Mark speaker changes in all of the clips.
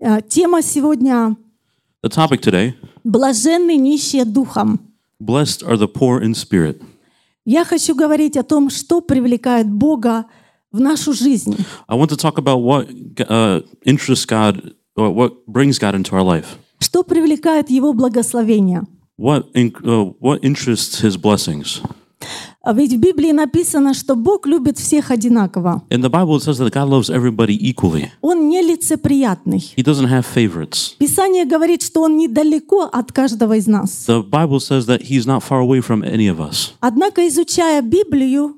Speaker 1: Э, Тема сегодня
Speaker 2: The topic today
Speaker 1: «Блаженны нищие духом».
Speaker 2: Blessed are the poor in spirit.
Speaker 1: Я хочу говорить о том, что привлекает Бога в нашу жизнь.
Speaker 2: I want to talk about what uh, interests God or what brings God into our life.
Speaker 1: Что привлекает Его благословение?
Speaker 2: What, in, uh, what interests his blessings?
Speaker 1: А Ведь в Библии написано, что Бог любит всех одинаково.
Speaker 2: In the Bible, it says that God loves everybody equally.
Speaker 1: Он нелицеприятный.
Speaker 2: He doesn't have favorites.
Speaker 1: Писание говорит, что Он недалеко от каждого из нас.
Speaker 2: The Bible says that he's not far away from any of us.
Speaker 1: Однако, изучая Библию,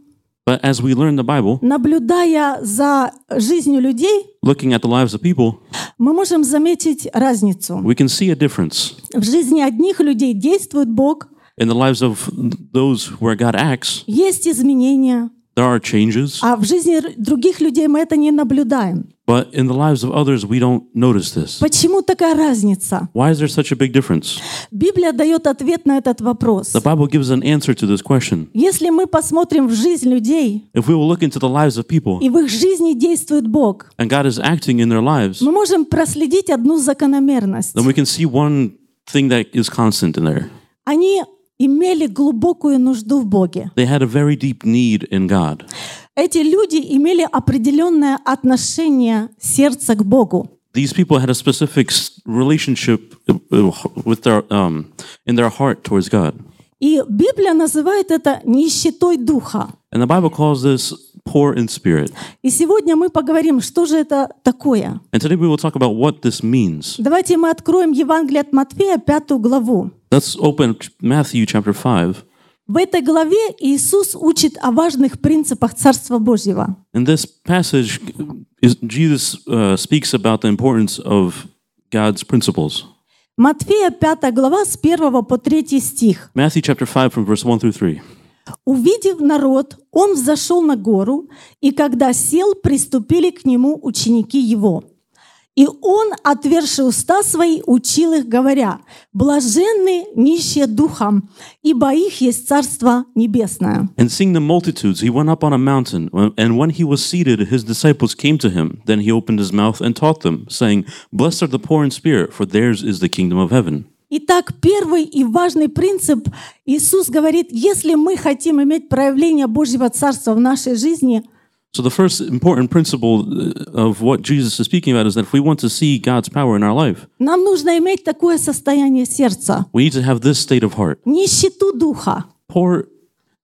Speaker 2: But as we learn the Bible,
Speaker 1: наблюдая за жизнью людей,
Speaker 2: looking at the lives of people,
Speaker 1: мы можем заметить разницу.
Speaker 2: we can see a difference.
Speaker 1: В жизни одних людей действует Бог,
Speaker 2: In the lives of those where God acts,
Speaker 1: есть изменения,
Speaker 2: there are changes,
Speaker 1: а в жизни р- других людей мы это не наблюдаем.
Speaker 2: but in the lives of others, we don't notice this.
Speaker 1: Почему такая разница?
Speaker 2: Why is there such a big difference?
Speaker 1: Библия дает ответ на этот вопрос.
Speaker 2: The Bible gives an answer to this question.
Speaker 1: Если мы посмотрим в жизнь людей,
Speaker 2: If we will look into the lives of people
Speaker 1: и в их жизни действует Бог,
Speaker 2: and God is acting in their lives,
Speaker 1: мы можем проследить одну закономерность.
Speaker 2: then we can see one thing that is constant in there.
Speaker 1: Они имели глубокую нужду в Боге.
Speaker 2: They had a very deep need in God.
Speaker 1: Эти люди имели определенное отношение сердца к Богу.
Speaker 2: These people had a specific s- relationship uh, with their um, in their heart towards God,
Speaker 1: И Библия называет это нищетой духа.
Speaker 2: and the Bible calls this poor in spirit.
Speaker 1: И сегодня мы поговорим, что же это такое.
Speaker 2: And today we will talk about what this means.
Speaker 1: Давайте мы откроем Евангелие от Матфея, пятую главу.
Speaker 2: Let's open Matthew chapter five.
Speaker 1: В этой главе Иисус учит о важных принципах Царства Божьего.
Speaker 2: In this passage, is, Jesus uh, speaks about the importance of God's principles.
Speaker 1: Матфея, 5 глава, с 1 по 3 стих.
Speaker 2: Matthew chapter 5, from verse 1 through 3.
Speaker 1: «Увидев народ, он взошел на гору, и когда сел, приступили к нему ученики его. И он, отверши уста свои, учил их, говоря, «Блаженны нищие духом, ибо их есть Царство Небесное».
Speaker 2: And seeing the multitudes, he went up on a mountain. And when he was seated, his disciples came to him. Then he opened his mouth and taught them, saying, Blessed are the poor in spirit, for theirs is the kingdom of heaven.
Speaker 1: Итак, первый и важный принцип Иисус говорит, если мы хотим иметь проявление Божьего Царства в нашей жизни,
Speaker 2: So, the first important principle uh, of what Jesus is speaking about is that if we want to see God's power in our life,
Speaker 1: нам нужно иметь такое состояние сердца,
Speaker 2: we need to have this state of heart
Speaker 1: нищету духа.
Speaker 2: poor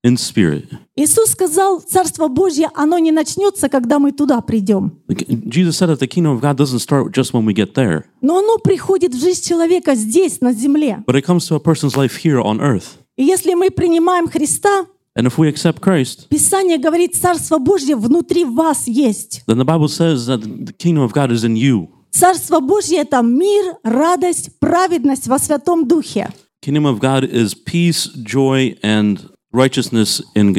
Speaker 2: in spirit.
Speaker 1: Иисус сказал, Царство Божье, оно не начнется, когда мы туда придем.
Speaker 2: Like, Jesus said that the kingdom of God doesn't start just when we get there,
Speaker 1: Но оно приходит в жизнь человека здесь, на земле.
Speaker 2: but it comes to a person's life here on earth.
Speaker 1: И если мы принимаем Христа,
Speaker 2: And if we accept Christ,
Speaker 1: Писание говорит, Царство Божье внутри вас есть.
Speaker 2: then the Bible says that the kingdom of God is in you.
Speaker 1: Царство Божье — это мир, радость, праведность во Святом Духе.
Speaker 2: Kingdom of God is peace, joy, and righteousness in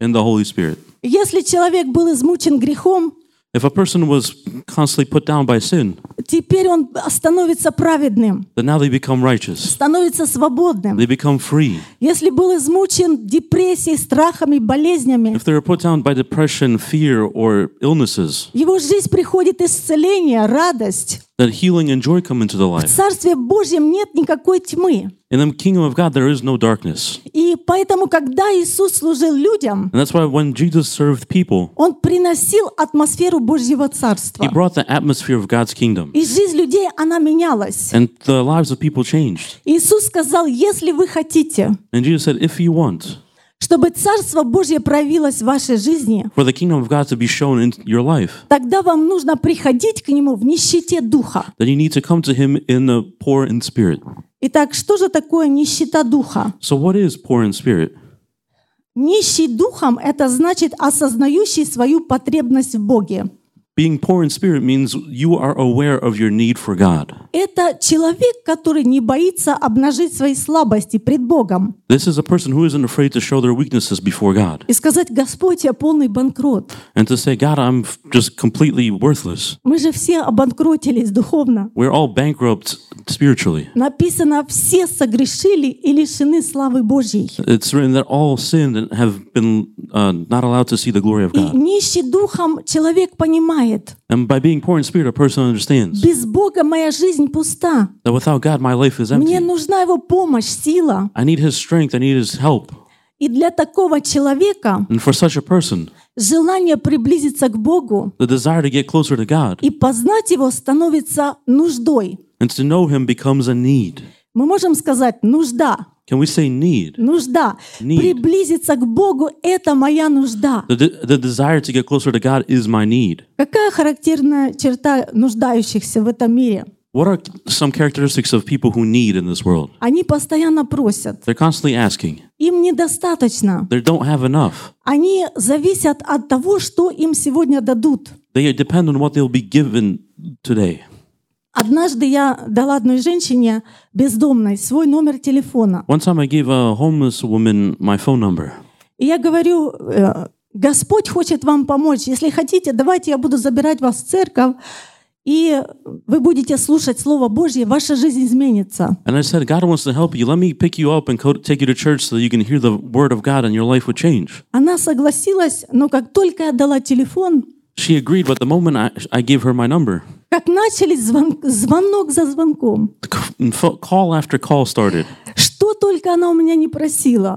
Speaker 2: in the Holy Spirit.
Speaker 1: Если человек был измучен грехом,
Speaker 2: If a person was constantly put down by sin,
Speaker 1: теперь он становится праведным,
Speaker 2: then now they become righteous.
Speaker 1: становится свободным.
Speaker 2: They become free.
Speaker 1: Если был измучен депрессией, страхами, болезнями,
Speaker 2: If they were put down by depression, fear, or illnesses,
Speaker 1: в его жизнь приходит исцеление, радость.
Speaker 2: then healing and joy come into the
Speaker 1: В
Speaker 2: life.
Speaker 1: Царстве Божьем нет никакой тьмы.
Speaker 2: In the kingdom of God, there is no darkness.
Speaker 1: И поэтому, когда Иисус служил людям,
Speaker 2: And that's why when Jesus served people,
Speaker 1: Он приносил атмосферу Божьего
Speaker 2: he
Speaker 1: Царства.
Speaker 2: brought the atmosphere of God's kingdom.
Speaker 1: И жизнь людей, она менялась.
Speaker 2: And the lives of people changed.
Speaker 1: Иисус сказал, если вы хотите,
Speaker 2: And Jesus said, If you want,
Speaker 1: чтобы Царство Божье проявилось в вашей жизни,
Speaker 2: for the kingdom of God to be shown in your life,
Speaker 1: тогда вам нужно приходить к Нему в нищете духа.
Speaker 2: then you need to come to him in the poor in spirit.
Speaker 1: Итак, что же такое нищета духа?
Speaker 2: So, what is poor in spirit?
Speaker 1: Нищий духом – это значит осознающий свою потребность в Боге.
Speaker 2: Being poor in spirit means you are aware of your need for God.
Speaker 1: Это человек, который не боится обнажить свои слабости пред Богом
Speaker 2: This is a person who isn't afraid to show their weaknesses before God
Speaker 1: и сказать «Господь, я полный банкрот».
Speaker 2: and to say, God, I'm f- just completely worthless.
Speaker 1: Мы же все обанкротились духовно.
Speaker 2: We're all bankrupt spiritually.
Speaker 1: Написано «Все согрешили и лишены славы Божьей».
Speaker 2: It's written that all sinned and have been uh, not allowed to see the glory of
Speaker 1: И
Speaker 2: God.
Speaker 1: нищий духом человек понимает,
Speaker 2: And by being poor in spirit, a person understands
Speaker 1: Без Бога моя жизнь пуста.
Speaker 2: that without God, my life is
Speaker 1: Мне
Speaker 2: empty.
Speaker 1: нужна Его помощь, сила.
Speaker 2: I need His strength, I need His help.
Speaker 1: И для такого человека
Speaker 2: And for such a person,
Speaker 1: желание приблизиться к Богу
Speaker 2: the desire to get closer to God
Speaker 1: и познать Его становится нуждой.
Speaker 2: and to know Him becomes a need.
Speaker 1: Мы можем сказать «нужда»,
Speaker 2: Can we say need?
Speaker 1: нужда.
Speaker 2: Need.
Speaker 1: Приблизиться к Богу – это моя нужда.
Speaker 2: The, de- the desire to get closer to God is my need.
Speaker 1: Какая характерная черта нуждающихся в этом мире?
Speaker 2: What are some characteristics of people who need in this world?
Speaker 1: Они постоянно просят.
Speaker 2: They're constantly asking.
Speaker 1: Им недостаточно.
Speaker 2: They don't have enough.
Speaker 1: Они зависят от того, что им сегодня дадут.
Speaker 2: They depend on what they'll be given today.
Speaker 1: Однажды я дала одной женщине бездомной свой номер телефона.
Speaker 2: One time I gave a homeless woman my phone number.
Speaker 1: И я говорю, э, Господь хочет вам помочь. Если хотите, давайте я буду забирать вас в церковь, и вы будете слушать Слово Божье, ваша жизнь изменится.
Speaker 2: And I said, God wants to help you. Let me pick you up and co- take you to church so that you can hear the word of God and your life would change.
Speaker 1: Она согласилась, но как только я дала телефон,
Speaker 2: She agreed, but the moment I, I gave her my number,
Speaker 1: как начались звон- звонок за звонком,
Speaker 2: the c- and fo- call after call started.
Speaker 1: что только она у меня не просила.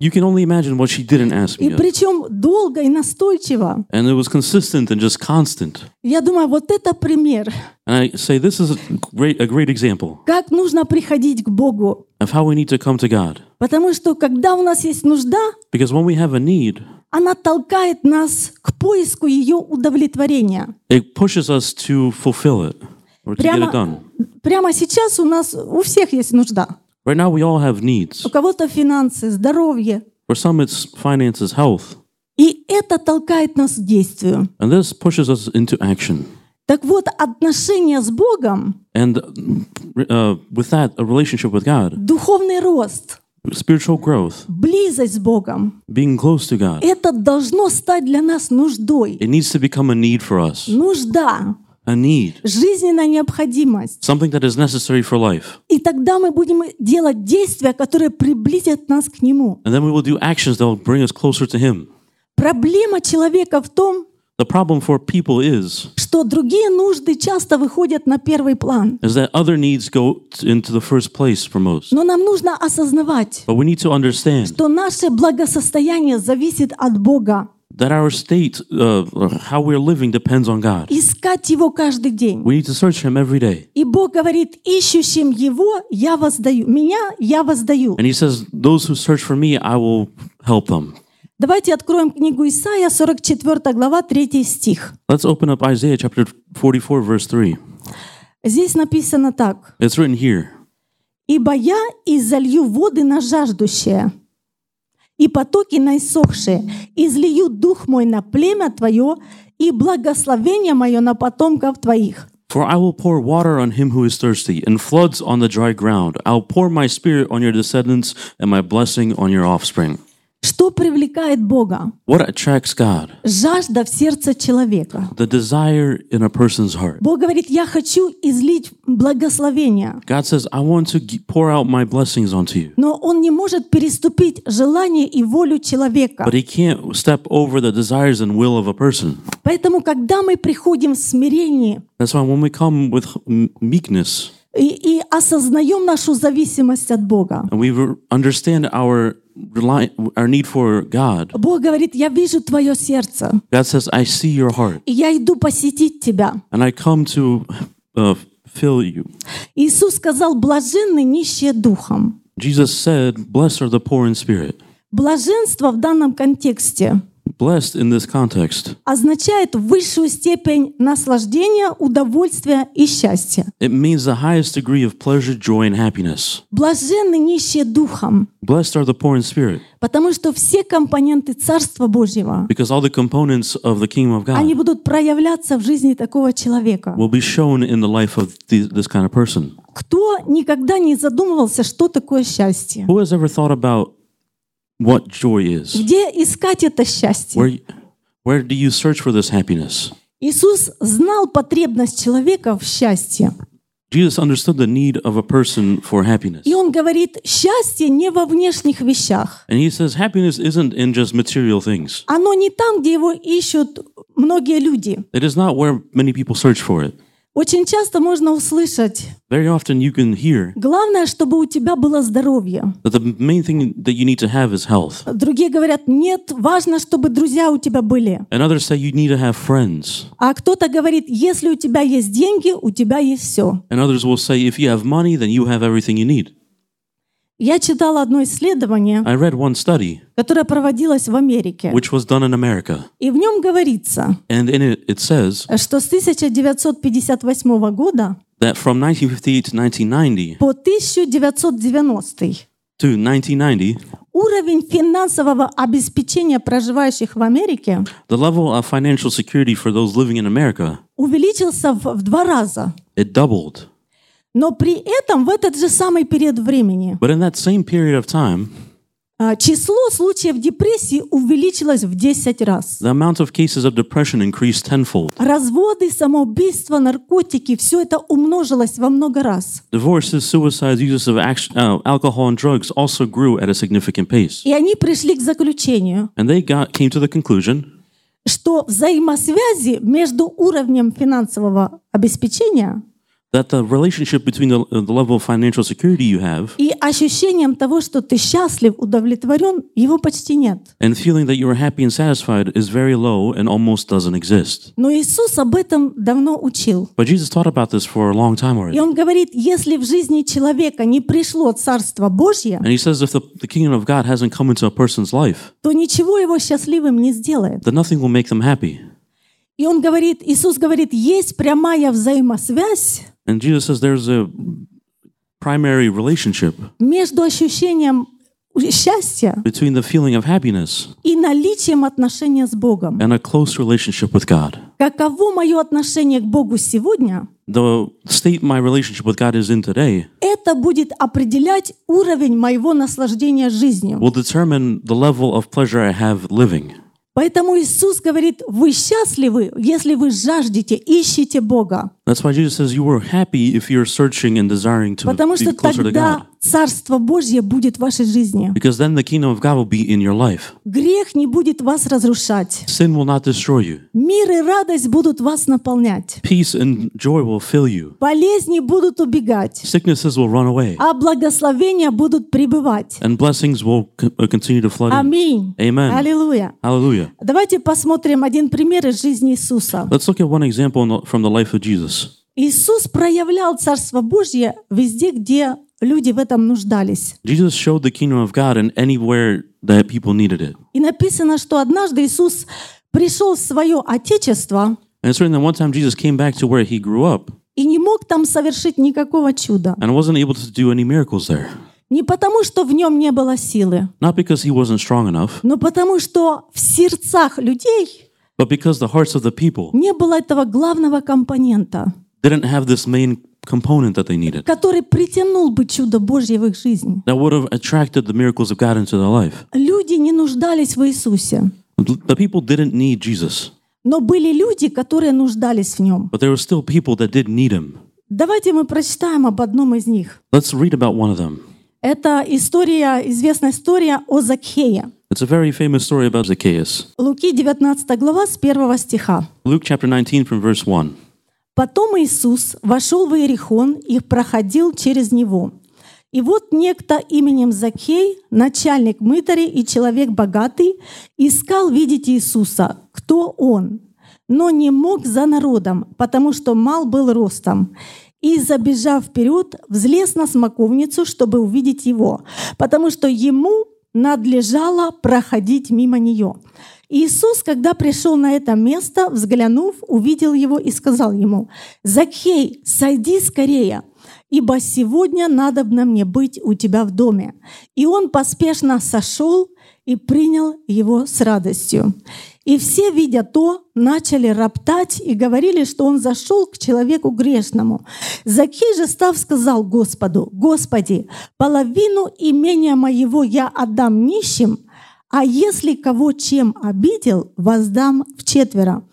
Speaker 2: You can only imagine what she didn't ask
Speaker 1: И
Speaker 2: me. of.
Speaker 1: причем долго и настойчиво.
Speaker 2: And it was consistent and just constant.
Speaker 1: Я думаю, вот это пример,
Speaker 2: And I say, this is a great, a great example
Speaker 1: как нужно приходить к Богу.
Speaker 2: of how we need to come to God.
Speaker 1: Потому что когда у нас есть нужда,
Speaker 2: Because when we have a need,
Speaker 1: она толкает нас к поиску ее удовлетворения.
Speaker 2: it pushes us to fulfill it or to get
Speaker 1: Прямо,
Speaker 2: it done.
Speaker 1: прямо сейчас у нас у всех есть нужда.
Speaker 2: Right now, we all have needs.
Speaker 1: У кого-то финансы, здоровье.
Speaker 2: For some, it's finances, health.
Speaker 1: И это толкает нас к действию.
Speaker 2: And this pushes us into action.
Speaker 1: Так вот, отношения с Богом,
Speaker 2: And uh, with that, a relationship with God,
Speaker 1: духовный рост,
Speaker 2: spiritual growth,
Speaker 1: близость с Богом,
Speaker 2: being close to God,
Speaker 1: это должно стать для нас нуждой.
Speaker 2: it needs to become a need for us,
Speaker 1: Нужда,
Speaker 2: a need,
Speaker 1: жизненная необходимость.
Speaker 2: something that is necessary for life.
Speaker 1: И тогда мы будем делать действия, которые приблизят нас к Нему.
Speaker 2: And then we will do actions that will bring us closer to Him.
Speaker 1: Проблема человека в том,
Speaker 2: The problem for people is
Speaker 1: что другие нужды часто выходят на первый план.
Speaker 2: is that other needs go t- into the first place for most.
Speaker 1: Но нам нужно осознавать,
Speaker 2: But we need to understand
Speaker 1: что наше благосостояние зависит от Бога.
Speaker 2: that our state, uh, how we're living, depends on God.
Speaker 1: Искать Его каждый день.
Speaker 2: We need to search Him every day.
Speaker 1: И Бог говорит, ищущим Его я воздаю. Меня я воздаю.
Speaker 2: And He says, "Those who search for Me, I will help them."
Speaker 1: Давайте откроем книгу Исаия, 44 глава, 3 стих.
Speaker 2: Let's open up Isaiah chapter 44, verse 3.
Speaker 1: Здесь написано так.
Speaker 2: It's written here
Speaker 1: «Ибо я изолью воды на жаждущее, и потоки на иссохшие, излию дух мой на племя твое, и благословение мое на потомков твоих».
Speaker 2: For I will pour water on him who is thirsty, and floods on the dry ground. I'll pour my spirit on your descendants, and my blessing on your offspring.
Speaker 1: Что привлекает Бога?
Speaker 2: What attracts God?
Speaker 1: Жажда в сердце человека.
Speaker 2: The desire in a person's heart.
Speaker 1: Бог говорит, я хочу излить благословение,
Speaker 2: God says, I want to g- pour out my blessings onto you.
Speaker 1: но он не может переступить желание и волю человека.
Speaker 2: But he can't step over the desires and will of a person.
Speaker 1: Поэтому, когда мы приходим в смирение
Speaker 2: That's why when we come with h- m- meekness
Speaker 1: и, и осознаем нашу зависимость от Бога,
Speaker 2: and we re- understand our, rely- our need for God,
Speaker 1: Бог говорит, я вижу твое сердце,
Speaker 2: God says, I see your heart.
Speaker 1: и я иду посетить тебя.
Speaker 2: and I come to uh, fill you.
Speaker 1: Иисус сказал, блаженны нищие духом.
Speaker 2: Jesus said, Blessed are the poor in spirit.
Speaker 1: Блаженство в данном контексте
Speaker 2: Blessed in this context,
Speaker 1: означает высшую степень наслаждения, удовольствия и счастья.
Speaker 2: it means the highest degree of pleasure, joy, and happiness.
Speaker 1: Блаженны нищие духом,
Speaker 2: Blessed are the poor in spirit,
Speaker 1: потому что все компоненты Царства Божьего,
Speaker 2: because all the components of the kingdom of
Speaker 1: они
Speaker 2: God
Speaker 1: будут проявляться в жизни такого человека.
Speaker 2: will be shown in the life of th- this kind of person.
Speaker 1: Кто никогда не задумывался, что такое счастье?
Speaker 2: Who has ever thought about what joy is?
Speaker 1: Где искать это счастье?
Speaker 2: Where, where do you search for this happiness?
Speaker 1: Иисус знал потребность человека в счастье.
Speaker 2: Jesus understood the need of a person for happiness.
Speaker 1: И он говорит, счастье не во внешних вещах.
Speaker 2: And he says happiness isn't in just material things.
Speaker 1: Оно не там, где его ищут многие люди.
Speaker 2: It is not where many people search for it.
Speaker 1: Очень часто можно услышать,
Speaker 2: Very often you can hear
Speaker 1: главное, чтобы у тебя было здоровье.
Speaker 2: that the main thing that you need to have is health.
Speaker 1: Другие говорят, нет, важно, чтобы друзья у тебя были.
Speaker 2: And others say you need to have friends.
Speaker 1: А кто-то говорит, если у тебя есть деньги, у тебя есть все.
Speaker 2: And others will say if you have money, then you have everything you need.
Speaker 1: Я читала одно исследование,
Speaker 2: I read one study
Speaker 1: которое проводилось в Америке.
Speaker 2: which was done in America.
Speaker 1: И в нем говорится,
Speaker 2: And in it, it says
Speaker 1: что с 1958 года
Speaker 2: that from 1958 to 1990,
Speaker 1: по 1990
Speaker 2: to 1990,
Speaker 1: уровень финансового обеспечения проживающих в Америке
Speaker 2: the level of financial security for those living in America,
Speaker 1: увеличился в, в два раза.
Speaker 2: it doubled.
Speaker 1: Но при этом в этот же самый период времени
Speaker 2: But in that same period of time,
Speaker 1: а, число случаев депрессии увеличилось в 10 раз.
Speaker 2: the amount of cases of depression increased tenfold.
Speaker 1: Разводы, самоубийства, наркотики, все это умножилось во много раз.
Speaker 2: Divorces, suicides, uses of action, uh, alcohol and drugs also grew at a significant pace.
Speaker 1: И они пришли к заключению,
Speaker 2: And they got came to the conclusion
Speaker 1: что взаимосвязи между уровнем финансового обеспечения
Speaker 2: that the relationship between the, uh, the level of financial security you have
Speaker 1: и ощущением того, что ты счастлив, удовлетворен, его почти нет.
Speaker 2: and feeling that you are happy and satisfied is very low and almost doesn't exist.
Speaker 1: Но Иисус об этом давно учил.
Speaker 2: But Jesus taught about this for a long
Speaker 1: И
Speaker 2: time already.
Speaker 1: он говорит, если в жизни человека не пришло Царство Божье,
Speaker 2: And he says if the, the kingdom of God hasn't come into a person's life,
Speaker 1: то ничего его счастливым не сделает.
Speaker 2: then nothing will make them happy.
Speaker 1: И он говорит, Иисус говорит, есть прямая взаимосвязь
Speaker 2: And Jesus says there's a primary relationship
Speaker 1: между ощущением счастья
Speaker 2: between the feeling of happiness
Speaker 1: и наличием отношения с Богом.
Speaker 2: and a close relationship with God.
Speaker 1: Каково мое отношение к Богу сегодня,
Speaker 2: The state my relationship with God is in today
Speaker 1: это будет определять уровень моего наслаждения жизнью.
Speaker 2: will determine the level of pleasure I have living.
Speaker 1: Поэтому Иисус говорит, вы счастливы, если вы жаждете, ищете Бога,
Speaker 2: That's why Jesus says you were happy if you're searching and desiring to
Speaker 1: потому
Speaker 2: be
Speaker 1: что
Speaker 2: closer to God.
Speaker 1: тогда Царство Божье будет в вашей жизни.
Speaker 2: Because then the kingdom of God will be in your life.
Speaker 1: Грех не будет вас разрушать.
Speaker 2: Sin will not destroy you.
Speaker 1: Мир и радость будут вас наполнять.
Speaker 2: Peace and joy will fill you.
Speaker 1: Болезни будут убегать,
Speaker 2: Sicknesses will run away.
Speaker 1: а благословения будут пребывать.
Speaker 2: And blessings will co- uh, continue to flood in.
Speaker 1: Аминь.
Speaker 2: Amen.
Speaker 1: Аллилуйя.
Speaker 2: Hallelujah.
Speaker 1: Давайте посмотрим один пример из жизни Иисуса.
Speaker 2: Let's look at one example in the- from the life of Jesus.
Speaker 1: Иисус проявлял Царство Божье везде, где люди в этом нуждались.
Speaker 2: Jesus showed the kingdom of God in anywhere that people needed it.
Speaker 1: И написано, что однажды Иисус пришел в свое Отечество
Speaker 2: And it's written that one time Jesus came back to where he grew up
Speaker 1: и не мог там совершить никакого чуда.
Speaker 2: and wasn't able to do any miracles there.
Speaker 1: Не потому, что в нем не было силы,
Speaker 2: Not because he wasn't strong enough,
Speaker 1: но потому, что в сердцах людей
Speaker 2: but because the hearts of the people
Speaker 1: не было этого главного компонента,
Speaker 2: didn't have this main component that they needed
Speaker 1: который притянул бы чудо Божье в их жизнь.
Speaker 2: that would have attracted the miracles of God into their life.
Speaker 1: Люди не нуждались в Иисусе,
Speaker 2: The people didn't need Jesus,
Speaker 1: но были люди, которые нуждались в нем.
Speaker 2: but there were still people that did need him.
Speaker 1: Давайте мы прочитаем об одном из них.
Speaker 2: Let's read about one of them.
Speaker 1: Это история, известная история о Закхее.
Speaker 2: It's a very famous story about Zacchaeus.
Speaker 1: Луки 19 глава с 1 стиха.
Speaker 2: Luke chapter 19 from verse 1.
Speaker 1: Потом Иисус вошел в Иерихон и проходил через него. И вот некто именем Закхей, начальник мытарей и человек богатый, искал видеть Иисуса, кто он, но не мог за народом, потому что мал был ростом. И, забежав вперед, взлез на смоковницу, чтобы увидеть его, потому что ему надлежало проходить мимо нее. Иисус, когда пришел на это место, взглянув, увидел его и сказал ему, «Закхей, сойди скорее, ибо сегодня надобно мне быть у тебя в доме». И он поспешно сошел и принял его с радостью. И все, видя то, начали роптать и говорили, что он зашел к человеку грешному. Закхей же став сказал Господу, «Господи, половину имения моего я отдам нищим, а если кого чем обидел, воздам в четверо.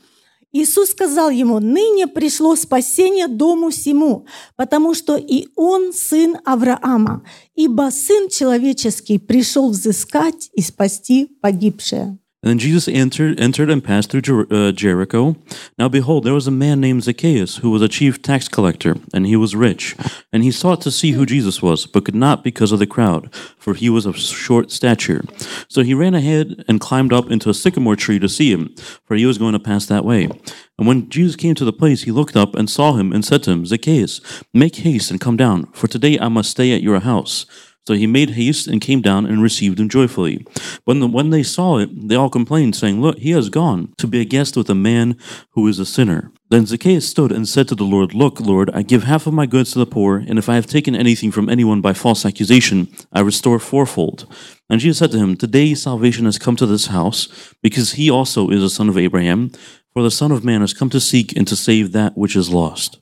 Speaker 1: Иисус сказал ему, «Ныне пришло спасение дому сему, потому что и он сын Авраама, ибо Сын Человеческий пришел взыскать и спасти погибшее».
Speaker 2: And then Jesus entered, entered and passed through Jer- uh, Jericho. Now behold, there was a man named Zacchaeus who was a chief tax collector, and he was rich. And he sought to see who Jesus was, but could not because of the crowd, for he was of short stature. So he ran ahead and climbed up into a sycamore tree to see him, for he was going to pass that way. And when Jesus came to the place, he looked up and saw him and said to him, Zacchaeus, make haste and come down, for today I must stay at your house. So he made haste and came down and received him joyfully. When, the, when they saw it, they all complained, saying, Look, he has gone to be a guest with a man who is a sinner. Then Zacchaeus stood and said to the Lord, Look, Lord, I give half of my goods to the poor, and if I have taken anything from anyone by false accusation, I restore fourfold. And Jesus said to him, Today salvation has come to this house, because he also is a son of Abraham, for the Son of Man has come to seek and to save that which is lost.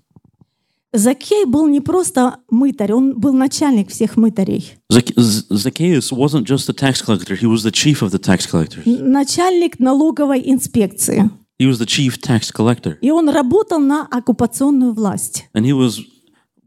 Speaker 1: Закей был не просто мытарь, он был начальник всех мытарей.
Speaker 2: Zac- Z- Zacchaeus wasn't just a tax collector, he was the chief of the tax collectors.
Speaker 1: начальник налоговой инспекции.
Speaker 2: He was the chief tax collector,
Speaker 1: И он работал на оккупационную власть,
Speaker 2: and he was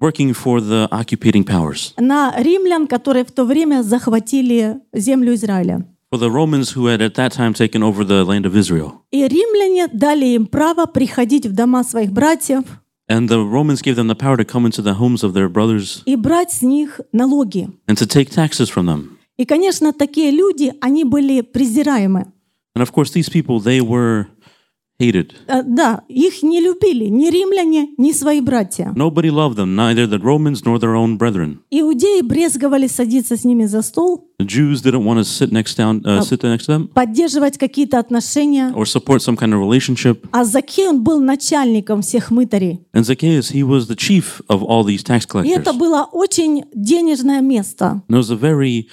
Speaker 2: working for the occupating powers,
Speaker 1: на римлян, которые в то время захватили землю Израиля.
Speaker 2: for the Romans who had at that time taken over the land of Israel.
Speaker 1: И римляне дали им право приходить в дома своих братьев
Speaker 2: And the Romans gave them the power to come into the homes of their brothers
Speaker 1: и брать с них налоги.
Speaker 2: and to take taxes from them.
Speaker 1: И, конечно, такие люди, они были презираемы.
Speaker 2: And of course, these people, they were hated.
Speaker 1: Э, Да, их не любили ни римляне, ни свои братья.
Speaker 2: Nobody loved them, neither the Romans nor their own brethren.
Speaker 1: Иудеи брезговали садиться с ними за стол,
Speaker 2: The Jews didn't want to sit next down, uh, sit next to them
Speaker 1: поддерживать какие-то отношения.
Speaker 2: or support some kind of relationship.
Speaker 1: А Закей, он был начальником всех мытарей.
Speaker 2: And Zacchaeus, he was the chief of all these tax
Speaker 1: И
Speaker 2: collectors.
Speaker 1: это было очень денежное место.
Speaker 2: And it was a very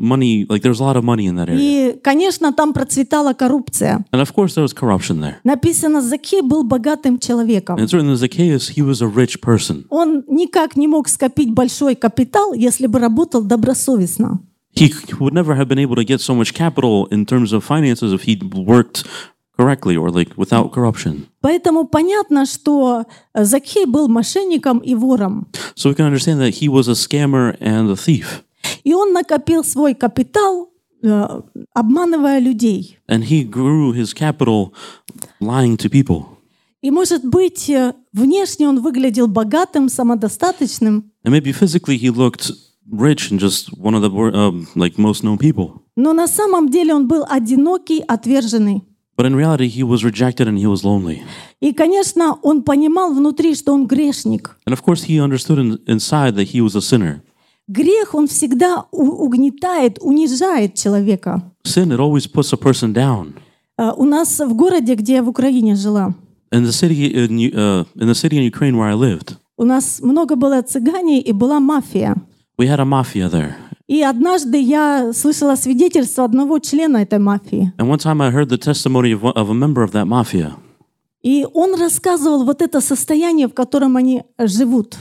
Speaker 2: money, like there was a lot of money in that area.
Speaker 1: И, конечно, там процветала коррupция.
Speaker 2: And of course, there was corruption there.
Speaker 1: Написано, Закей был богатым человеком.
Speaker 2: And certainly Zacchaeus, he was a rich person.
Speaker 1: Он никак не мог скопить большой капитал, если бы работал добросовестно.
Speaker 2: He c- would never have been able to get so much capital in terms of finances if he'd worked correctly or like without corruption.
Speaker 1: Поэтому понятно, что э, Закей был мошенником и вором.
Speaker 2: So we can understand that he was a scammer and a thief.
Speaker 1: И он накопил свой капитал, э, обманывая людей.
Speaker 2: And he grew his capital lying to people.
Speaker 1: И, может быть, э, внешне он выглядел богатым, самодостаточным,
Speaker 2: And maybe physically he looked rich and just one of the wor- um, like most known people.
Speaker 1: но на самом деле он был одинокий, отверженный.
Speaker 2: But in reality, he was rejected and he was lonely.
Speaker 1: И, конечно, он понимал внутри, что он грешник.
Speaker 2: And of course, he understood in, inside that he was a sinner.
Speaker 1: Грех, он всегда у- угнетает, унижает человека.
Speaker 2: Sin, it always puts a person down.
Speaker 1: Э, У нас в городе, где я в Украине жила,
Speaker 2: In the city in, U- uh, in the city in Ukraine where I lived,
Speaker 1: у нас много было цыгане и была мафия.
Speaker 2: we had a mafia there.
Speaker 1: И однажды я слышала свидетельство одного члена этой мафии.
Speaker 2: And one time I heard the testimony of, one, of a member of that mafia.
Speaker 1: И он рассказывал вот это состояние, в котором они живут.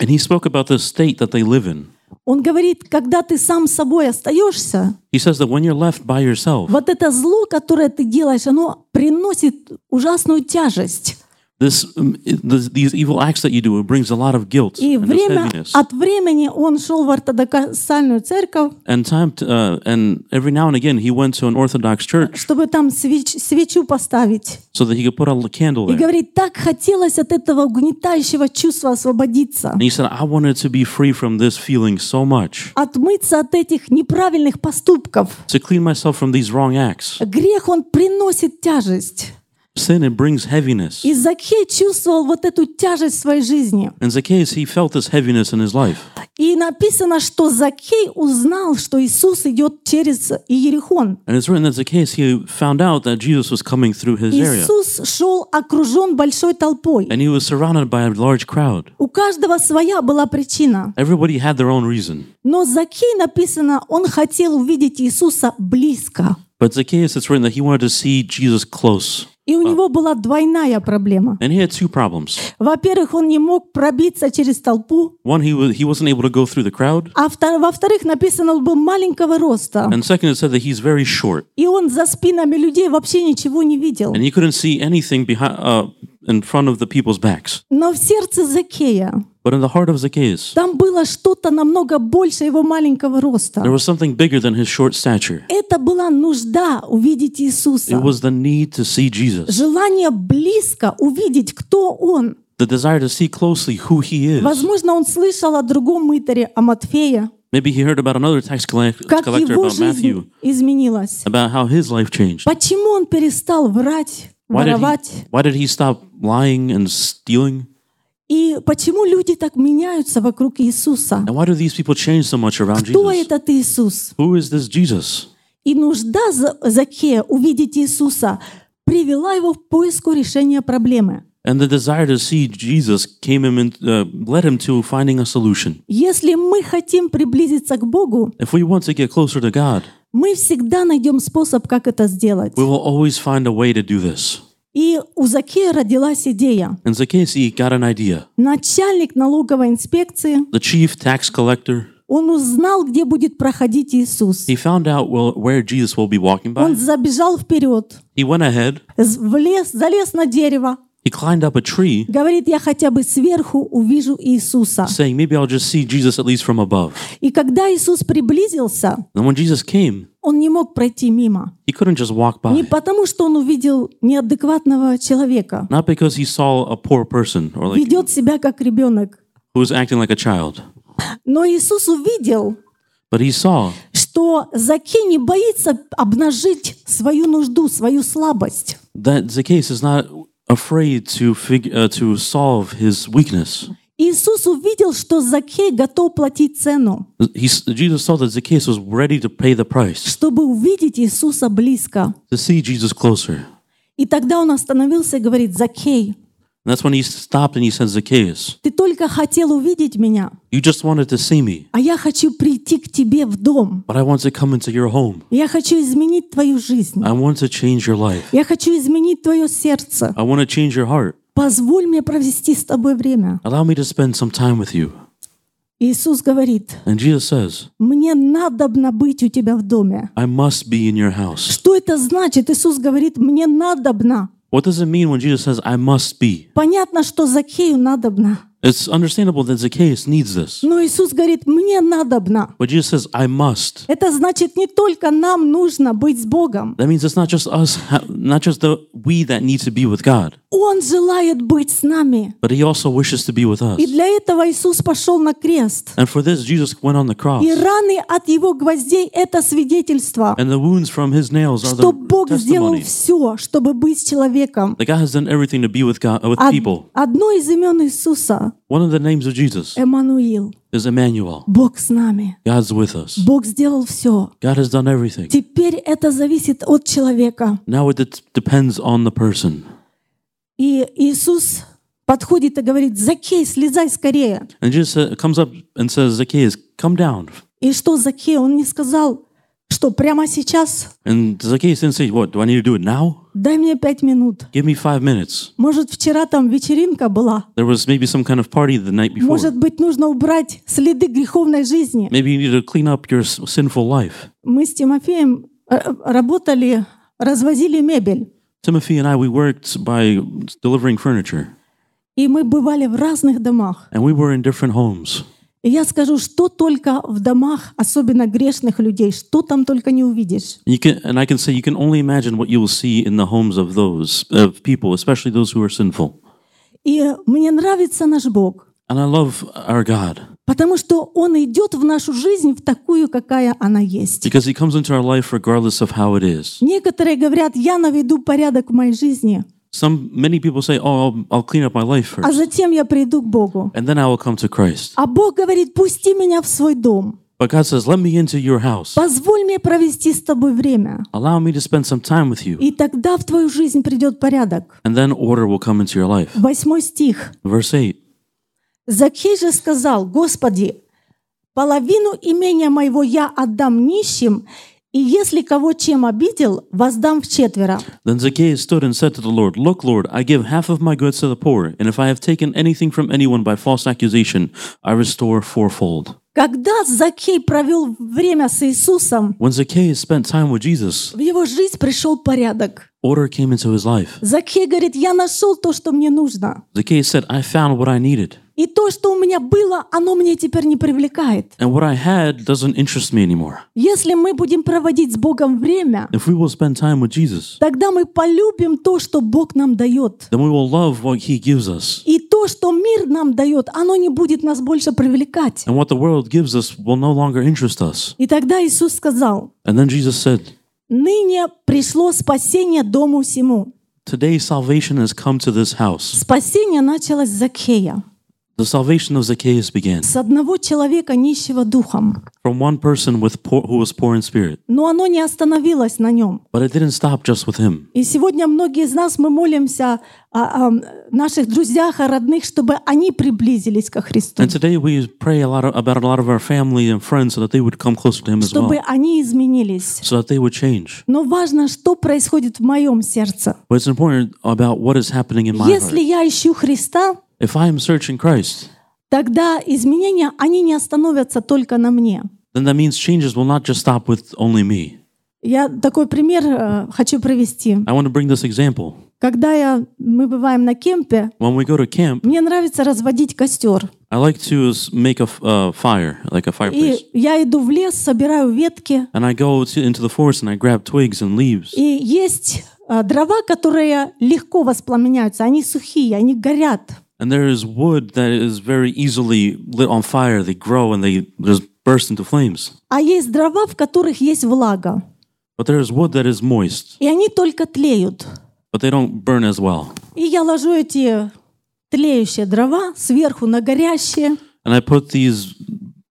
Speaker 2: And he spoke about the state that they live in.
Speaker 1: Он говорит, когда ты сам собой остаешься,
Speaker 2: He says that when you're left by yourself,
Speaker 1: вот это зло, которое ты делаешь, оно приносит ужасную тяжесть.
Speaker 2: this, um, it- this these evil acts that you do, it brings a lot of guilt
Speaker 1: И
Speaker 2: and this
Speaker 1: время
Speaker 2: heaviness.
Speaker 1: от времени он шел в ортодоксальную церковь,
Speaker 2: And time to, uh, and every now and again he went to an Orthodox church
Speaker 1: чтобы там свеч- свечу поставить.
Speaker 2: so that he could put a candle
Speaker 1: И
Speaker 2: there.
Speaker 1: говорит, так хотелось от этого угнетающего чувства освободиться,
Speaker 2: And he said, I wanted to be free from this feeling so much.
Speaker 1: отмыться от этих неправильных поступков.
Speaker 2: to clean myself from these wrong acts.
Speaker 1: Грех, он приносит тяжесть.
Speaker 2: Sin, it brings heaviness.
Speaker 1: И Закхей чувствовал вот эту тяжесть в своей жизни.
Speaker 2: In Zacchaeus, he felt this heaviness in his life.
Speaker 1: И написано, что Закхей узнал, что Иисус идет через Иерихон.
Speaker 2: And it's written that Zacchaeus, he found out that Jesus was coming through his area.
Speaker 1: Иисус шел окружен большой толпой.
Speaker 2: And he was surrounded by a large crowd.
Speaker 1: У каждого своя была причина.
Speaker 2: Everybody had their own reason.
Speaker 1: Но Закей написано, он хотел увидеть Иисуса близко.
Speaker 2: But Zacchaeus, it's written that he wanted to see Jesus close.
Speaker 1: И у него была двойная проблема.
Speaker 2: And he had two problems.
Speaker 1: Во-первых, он не мог пробиться через толпу,
Speaker 2: One, he, was, he wasn't able to go through the crowd.
Speaker 1: а втор- во-вторых, написано, он был маленького роста,
Speaker 2: And second, it said that he's very short.
Speaker 1: и он за спинами людей вообще ничего не видел.
Speaker 2: And he couldn't see anything behind, uh, in front of the people's backs.
Speaker 1: Но в сердце Закея
Speaker 2: But in the heart of Zacchaeus,
Speaker 1: там было что-то намного больше его маленького роста.
Speaker 2: there was something bigger than his short stature.
Speaker 1: Это была нужда увидеть
Speaker 2: It
Speaker 1: Иисуса,
Speaker 2: was the need to see Jesus,
Speaker 1: желание близко увидеть, кто Он.
Speaker 2: the desire to see closely who he is.
Speaker 1: Возможно, он слышал о другом мытаре, о Матфея,
Speaker 2: Maybe he heard about another tax collect-
Speaker 1: как
Speaker 2: collector,
Speaker 1: его
Speaker 2: about
Speaker 1: жизнь
Speaker 2: Matthew,
Speaker 1: изменилась.
Speaker 2: about how his life changed.
Speaker 1: Почему он перестал врать,
Speaker 2: Why did,
Speaker 1: воровать?
Speaker 2: he, why did he stop lying and stealing?
Speaker 1: И почему люди так меняются вокруг Иисуса?
Speaker 2: And why do these people change so much around
Speaker 1: Кто
Speaker 2: Jesus?
Speaker 1: этот Иисус?
Speaker 2: Who is this Jesus?
Speaker 1: И нужда За- Закея увидеть Иисуса привела его в поиску решения проблемы.
Speaker 2: And the desire to see Jesus came him in, uh, led him to finding a solution.
Speaker 1: Если мы хотим приблизиться к Богу,
Speaker 2: If we want to get closer to God,
Speaker 1: мы всегда найдем способ, как это сделать.
Speaker 2: we will always find a way to do this.
Speaker 1: И у Закея родилась идея.
Speaker 2: And Zacchaeus he got an idea.
Speaker 1: Начальник налоговой инспекции,
Speaker 2: The chief tax collector,
Speaker 1: он узнал, где будет proходить Иисус.
Speaker 2: he found out well, where Jesus will be walking by.
Speaker 1: Он забежал вперед,
Speaker 2: He went ahead,
Speaker 1: з- влез, залез на дерево,
Speaker 2: he climbed up a tree,
Speaker 1: говорит, я хотя бы сверху увижу Иисуса.
Speaker 2: saying, Maybe I'll just see Jesus at least from above.
Speaker 1: И когда Иисус приблизился,
Speaker 2: And when Jesus came,
Speaker 1: он не мог пройти мимо.
Speaker 2: he couldn't just walk
Speaker 1: Не
Speaker 2: by.
Speaker 1: потому, что он увидел неадекватного человека,
Speaker 2: Not because he saw a poor person or like
Speaker 1: ведет себя как ребенок.
Speaker 2: who was acting like a child,
Speaker 1: Но Иисус увидел,
Speaker 2: but he saw
Speaker 1: что Закей не боится обнажить свою нужду, свою слабость.
Speaker 2: that Zacchaeus is not afraid to fig- uh, to solve his weakness.
Speaker 1: Иисус увидел, что Закей готов платить цену,
Speaker 2: He, Jesus saw that Zacchaeus was ready to pay the price
Speaker 1: чтобы увидеть Иисуса близко.
Speaker 2: to see Jesus closer.
Speaker 1: И тогда он остановился и говорит, Закей,
Speaker 2: And that's when he stopped and he said, Zacchaeus,
Speaker 1: ты только хотел увидеть меня,
Speaker 2: you just wanted to see me,
Speaker 1: а я хочу прийти к тебе в дом.
Speaker 2: but I want to come into your home.
Speaker 1: Я хочу изменить твою жизнь.
Speaker 2: I want to change your life.
Speaker 1: Я хочу изменить твое сердце.
Speaker 2: I want to change your heart.
Speaker 1: Позволь мне провести с тобой время.
Speaker 2: Allow me to spend some time with you.
Speaker 1: Иисус говорит,
Speaker 2: And Jesus says,
Speaker 1: мне надобно быть у тебя в доме.
Speaker 2: I must be in your house.
Speaker 1: Что это значит? Иисус говорит, мне надобно.
Speaker 2: What does it mean when Jesus says, I must be?
Speaker 1: Понятно, что Закею надобно.
Speaker 2: It's understandable that Zacchaeus needs this,
Speaker 1: Но Иисус говорит, мне надобно.
Speaker 2: but Jesus says, I must.
Speaker 1: Это значит, не только нам нужно быть с Богом.
Speaker 2: That means it's not just us, ha- not just the we that need to be with God,
Speaker 1: Он желает быть с нами.
Speaker 2: but He also wishes to be with us.
Speaker 1: И для этого Иисус пошел на крест.
Speaker 2: And for this, Jesus went on the cross,
Speaker 1: И раны от его гвоздей — это свидетельство,
Speaker 2: and the wounds from His nails are
Speaker 1: что Бог
Speaker 2: the
Speaker 1: сделал
Speaker 2: testimony.
Speaker 1: все, чтобы быть с человеком.
Speaker 2: That God has done everything to be with God, uh, with
Speaker 1: Од-
Speaker 2: people.
Speaker 1: Одно из имен Иисуса
Speaker 2: One of the names of Jesus
Speaker 1: Эммануил.
Speaker 2: is Emmanuel.
Speaker 1: Бог с нами.
Speaker 2: God's with us.
Speaker 1: Бог сделал все.
Speaker 2: God has done everything.
Speaker 1: Теперь это зависит от человека.
Speaker 2: Now it det- depends on the person.
Speaker 1: И Иисус подходит и говорит, Закей, слезай скорее.
Speaker 2: And Jesus uh, comes up and says, Zacchaeus, come down.
Speaker 1: И что Закей? Он не сказал, что prямо сейчас,
Speaker 2: And Zacchaeus didn't say, What, do I need to do it now?
Speaker 1: дай мне пять минут.
Speaker 2: Give me five minutes.
Speaker 1: Может, вчера там вечеринка была.
Speaker 2: There was maybe some kind of party the night before.
Speaker 1: Может быть, нужно убрать следы греховной жизни.
Speaker 2: Maybe you need to clean up your s- sinful life.
Speaker 1: Мы с Тимофеем э, работали, развозили мебель.
Speaker 2: Timothy and I, we worked by delivering furniture,
Speaker 1: И мы бывали в разных домах.
Speaker 2: and we were in different homes.
Speaker 1: И я скажу, что только в домах, особенно грешных людей, что там только не увидишь.
Speaker 2: You can, and I can say, you can only imagine what you will see in the homes of those of people, especially those who are sinful.
Speaker 1: И мне нравится наш Бог,
Speaker 2: And I love our God
Speaker 1: потому что Он идет в нашу жизнь в такую, какая она есть.
Speaker 2: because He comes into our life regardless of how it is.
Speaker 1: Некоторые говорят, я наведу порядок в моей жизни,
Speaker 2: Some many people say, "Oh, I'll, I'll clean up my life first,
Speaker 1: а затем я приду к Богу.
Speaker 2: and then I will come to Christ."
Speaker 1: А Бог говорит, пусти меня в свой дом,
Speaker 2: But God says, "Let me into your house.
Speaker 1: позволь мне провести с тобой время,
Speaker 2: Allow me to spend some time with you,
Speaker 1: и тогда в твою жизнь придет порядок.
Speaker 2: and then order will come into your life."
Speaker 1: Восьмой стих.
Speaker 2: Verse eight.
Speaker 1: Закей же сказал, «Господи, половину имения моего я отдам нищим, И если кого чем обидел, воздам в четверо.
Speaker 2: Then Zacchaeus stood and said to the Lord, Look, Lord, I give half of my goods to the poor, and if I have taken anything from anyone by false accusation, I restore fourfold.
Speaker 1: Когда Закей провел время с Иисусом,
Speaker 2: When Zacchaeus spent time with Jesus,
Speaker 1: в его жизнь пришел порядок.
Speaker 2: order came into his life.
Speaker 1: Закей говорит, я нашел то, что мне нужно.
Speaker 2: Zacchaeus said, I found what I needed,
Speaker 1: И то, что у меня было, оно мне теперь не привлекает.
Speaker 2: and what I had doesn't interest me anymore.
Speaker 1: Если мы будем проводить с Богом время,
Speaker 2: If we will spend time with Jesus,
Speaker 1: тогда мы полюбим то, что Бог нам дает.
Speaker 2: then we will love what he gives us,
Speaker 1: И то, что мир нам дает, оно не будет нас больше привлекать.
Speaker 2: and what the world gives us will no longer interest us.
Speaker 1: И тогда Иисус сказал,
Speaker 2: And then Jesus said,
Speaker 1: «Ныне пришло спасение дому всему».
Speaker 2: Today salvation has come to this house.
Speaker 1: Спасение началось с Закхея,
Speaker 2: The salvation of Zacchaeus began
Speaker 1: с одного человека, нищего духом.
Speaker 2: from one person with poor, who was poor in spirit.
Speaker 1: Но оно не остановилось на нем.
Speaker 2: But it didn't stop just with him.
Speaker 1: И сегодня многие из нас, мы молимся о, о наших друзьях, о родных, чтобы они приблизились ко Христу,
Speaker 2: And today we pray a lot of, about a lot of our family and friends so that they would come closer to him as
Speaker 1: чтобы
Speaker 2: well,
Speaker 1: они изменились.
Speaker 2: so that they would change.
Speaker 1: Но важно, что происходит в моем сердце.
Speaker 2: But it's important about what is happening in my
Speaker 1: Если
Speaker 2: heart.
Speaker 1: я ищу Христа,
Speaker 2: If I am searching Christ,
Speaker 1: тогда изменения, они не остановятся только на мне.
Speaker 2: then that means changes will not just stop with only me.
Speaker 1: Я такой пример э, хочу привести.
Speaker 2: I want to bring this example.
Speaker 1: Когда я, мы бываем на кемпе,
Speaker 2: When we go to camp,
Speaker 1: мне нравится разводить костер.
Speaker 2: I like to s- make a f- uh, fire, like a fireplace.
Speaker 1: И я иду в лес, собираю ветки.
Speaker 2: And I go to, into the forest and I grab twigs and leaves.
Speaker 1: И есть э, дрова, которые легко воспламеняются. Они sухие, они горят.
Speaker 2: And there is wood that is very easily lit on fire. They grow and they just burst into flames.
Speaker 1: А есть дрова, в которых есть влага.
Speaker 2: But there is wood that is moist,
Speaker 1: И они только тлеют.
Speaker 2: but they don't burn as well.
Speaker 1: И я ложу эти тлеющие дрова сверху на горящие.
Speaker 2: And I put these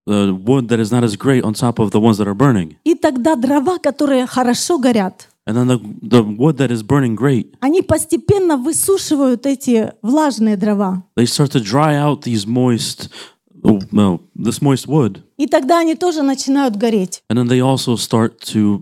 Speaker 2: uh, wood that is not as great on top of the ones that are burning.
Speaker 1: И тогда дрова, которые хорошо горят,
Speaker 2: And then the, the wood that is burning great,
Speaker 1: они постепенно высушивают эти влажные дрова.
Speaker 2: they start to dry out these moist, oh, no, this moist wood.
Speaker 1: И тогда они тоже начинают гореть.
Speaker 2: And then they also start to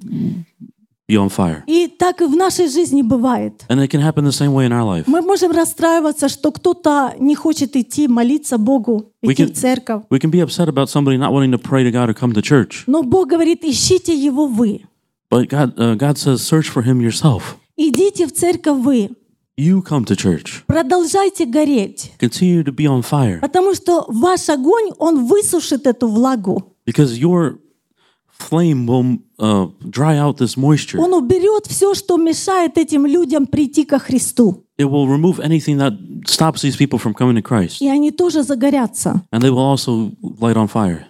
Speaker 2: be on fire.
Speaker 1: И так и в нашей жизни бывает.
Speaker 2: And it can happen the same way in our life.
Speaker 1: Мы можем расстраиваться, что кто-то не хочет идти молиться Богу,
Speaker 2: We
Speaker 1: идти
Speaker 2: can-
Speaker 1: в церковь.
Speaker 2: We can be upset about somebody not wanting to pray to God or come to church,
Speaker 1: Но Бог говорит, ищите Его вы.
Speaker 2: but God, uh, God says, search for Him yourself.
Speaker 1: Идите в церковь вы.
Speaker 2: You come to church.
Speaker 1: Продолжайте гореть.
Speaker 2: Continue to be on fire
Speaker 1: Потому что ваш огонь, он высушит эту влагу.
Speaker 2: because your flame will uh, dry out this moisture.
Speaker 1: Он уберет все, что мешает этим людям прийти ко Христу.
Speaker 2: It will remove anything that stops these people from coming to Christ,
Speaker 1: И они тоже загорятся.
Speaker 2: and they will also light on fire.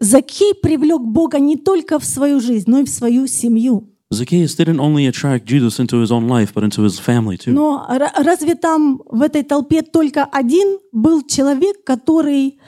Speaker 1: Закей привлек Бога не только в свою жизнь, но и в свою семью.
Speaker 2: Zacchaeus didn't only attract Judas into his own life, but into his family too.
Speaker 1: Но ра- разве там в этой толпе только один был человек, который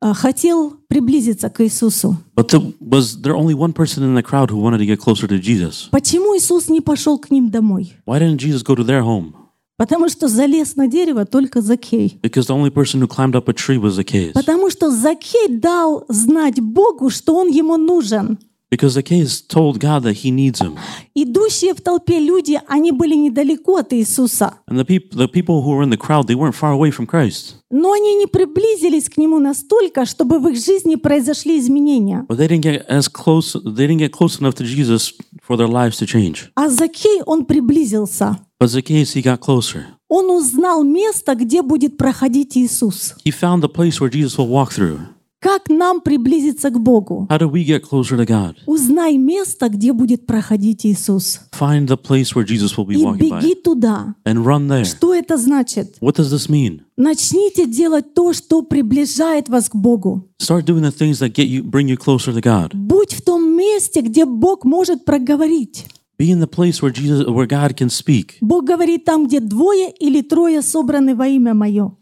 Speaker 1: э, хотел приблизиться к Иисусу?
Speaker 2: But there was there only one person in the crowd who wanted to get closer to Jesus?
Speaker 1: Почему Иисус не пошел к ним домой?
Speaker 2: Why didn't Jesus go to their home?
Speaker 1: Потому что залез на дерево только Закей.
Speaker 2: Because the only person who climbed up a tree was Zacchaeus.
Speaker 1: Потому что Закей дал знать Богу, что он ему нужен.
Speaker 2: Because Zacchaeus told God that he needs him.
Speaker 1: Идущие в толпе люди, они были недалеко от Иисуса,
Speaker 2: And the, peop- the people who were in the crowd, they weren't far away from Christ.
Speaker 1: но они не приблизились к нему настолько, чтобы в их жизни произошли изменения.
Speaker 2: But they didn't get as close, they didn't get close enough to Jesus for their lives to change.
Speaker 1: А Закей, он приблизился.
Speaker 2: But Zacchaeus, he got closer.
Speaker 1: Он узнал место, где будет проходить Иисус.
Speaker 2: He found the place where Jesus will walk through.
Speaker 1: Как нам приблизиться к Богу?
Speaker 2: How do we get closer to God?
Speaker 1: Узнай место, где будет проходить Иисус.
Speaker 2: Find the place where Jesus will be
Speaker 1: И
Speaker 2: walking by
Speaker 1: беги туда.
Speaker 2: and run there.
Speaker 1: Что это значит?
Speaker 2: What does this mean?
Speaker 1: Начните делать то, что приближает вас к Богу.
Speaker 2: Start doing the things that get you bring you closer to God.
Speaker 1: Будь в том месте, где Бог может проговорить.
Speaker 2: Be in the place where Jesus where God can speak.
Speaker 1: Бог говорит там, где двое или трое собраны во имя Мое.